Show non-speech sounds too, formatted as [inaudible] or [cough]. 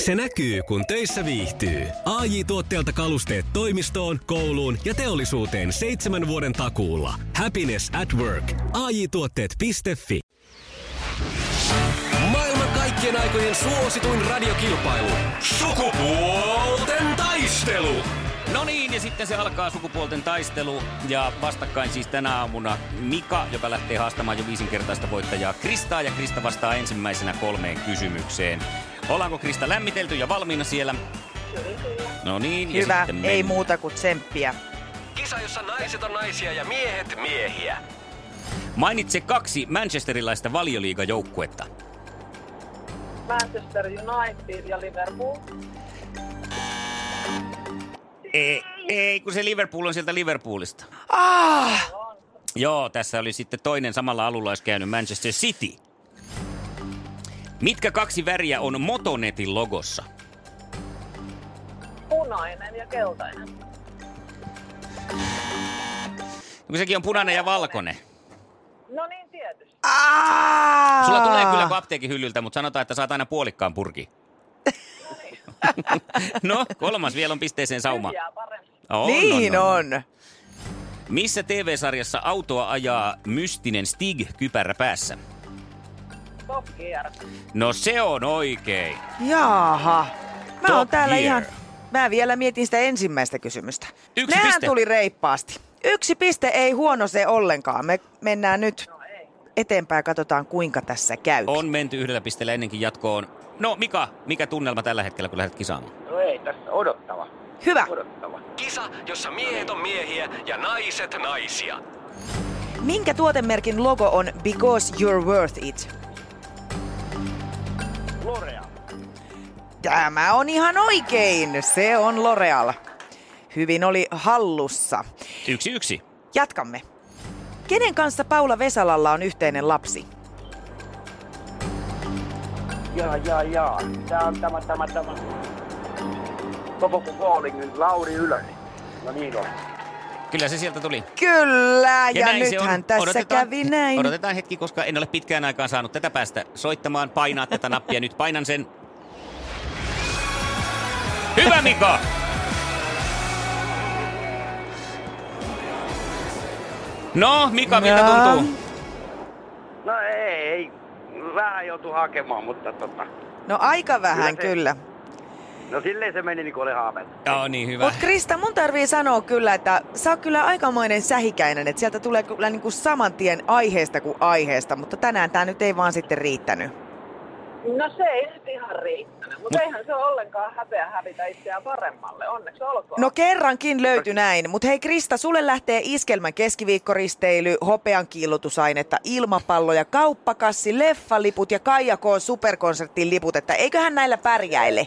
Se näkyy, kun töissä viihtyy. ai tuotteelta kalusteet toimistoon, kouluun ja teollisuuteen seitsemän vuoden takuulla. Happiness at work. ai tuotteetfi Maailman kaikkien aikojen suosituin radiokilpailu. Sukupuolten taistelu. No niin, ja sitten se alkaa sukupuolten taistelu. Ja vastakkain siis tänä aamuna Mika, joka lähtee haastamaan jo viisinkertaista voittajaa Kristaa. Ja Krista vastaa ensimmäisenä kolmeen kysymykseen. Ollaanko Krista lämmitelty ja valmiina siellä? No niin, ja Hyvä, sitten ei mennään. muuta kuin tsemppiä. Kisa, jossa naiset on naisia ja miehet miehiä. Mainitse kaksi manchesterilaista valioliigajoukkuetta. Manchester United ja Liverpool. Ei, ei, kun se Liverpool on sieltä Liverpoolista. Ah, Joo, tässä oli sitten toinen samalla alulla olisi käynyt Manchester City. Mitkä kaksi väriä on Motonetin logossa? Punainen ja keltainen. Kun sekin on punainen ja valkoinen. No niin, tietysti. ah. Sulla tulee kyllä kun apteekin hyllyltä, mutta sanotaan, että saat aina puolikkaan purki. [laughs] no, kolmas vielä on pisteeseen sauma. Hyviä parempi. On, Niin on. Missä TV-sarjassa autoa ajaa mystinen Stig kypärä päässä? Top gear. No se on oikein. Jaaha. Mä oon Top täällä year. ihan... Mä vielä mietin sitä ensimmäistä kysymystä. Yksi Nää piste. tuli reippaasti. Yksi piste ei huono se ollenkaan. Me mennään nyt eteenpäin, katsotaan kuinka tässä käy. On menty yhdellä pisteellä ennenkin jatkoon. No Mika, mikä tunnelma tällä hetkellä, kun lähdet kisaamaan? No ei tässä, odottava, Hyvä. odottava. Kisa, jossa miehet on miehiä ja naiset naisia. Minkä tuotemerkin logo on Because You're Worth It? Lorea, Tämä on ihan oikein. Se on L'Oreal. Hyvin oli hallussa. Yksi yksi. Jatkamme. Kenen kanssa Paula Vesalalla on yhteinen lapsi? jaa jaa jaa. Tää on tämä, tämä, tämä. Koko Bowling, Lauri Ylönen. No niin on. Kyllä se sieltä tuli. Kyllä, ja, näin se on. nythän tässä Odotetaan- kävi näin. Odotetaan hetki, koska en ole pitkään aikaan saanut tätä päästä soittamaan. Painaa tätä nappia. Nyt painan sen. Hyvä Mika! No, Mika, miltä Jaa. tuntuu? No ei, ei. Vähän joutu hakemaan, mutta tota. No aika vähän Kyllä kyllä. se- No silleen se meni niin kuin oli haaveilla. Joo, niin hyvä. Mutta Krista, mun tarvii sanoa kyllä, että sä oot kyllä aikamoinen sähikäinen, että sieltä tulee kyllä niinku saman tien aiheesta kuin aiheesta, mutta tänään tää nyt ei vaan sitten riittänyt. No se ei nyt ihan riittänyt, mutta eihän se ole ollenkaan häpeä hävitä itseään paremmalle. Onneksi olkoon. No kerrankin löytyi näin, mutta hei Krista, sulle lähtee iskelmän keskiviikkoristeily, hopean kiillotusainetta, ilmapallo ja kauppakassi, leffaliput ja Kaijakoon superkonserttiin liput, että eiköhän näillä pärjäile.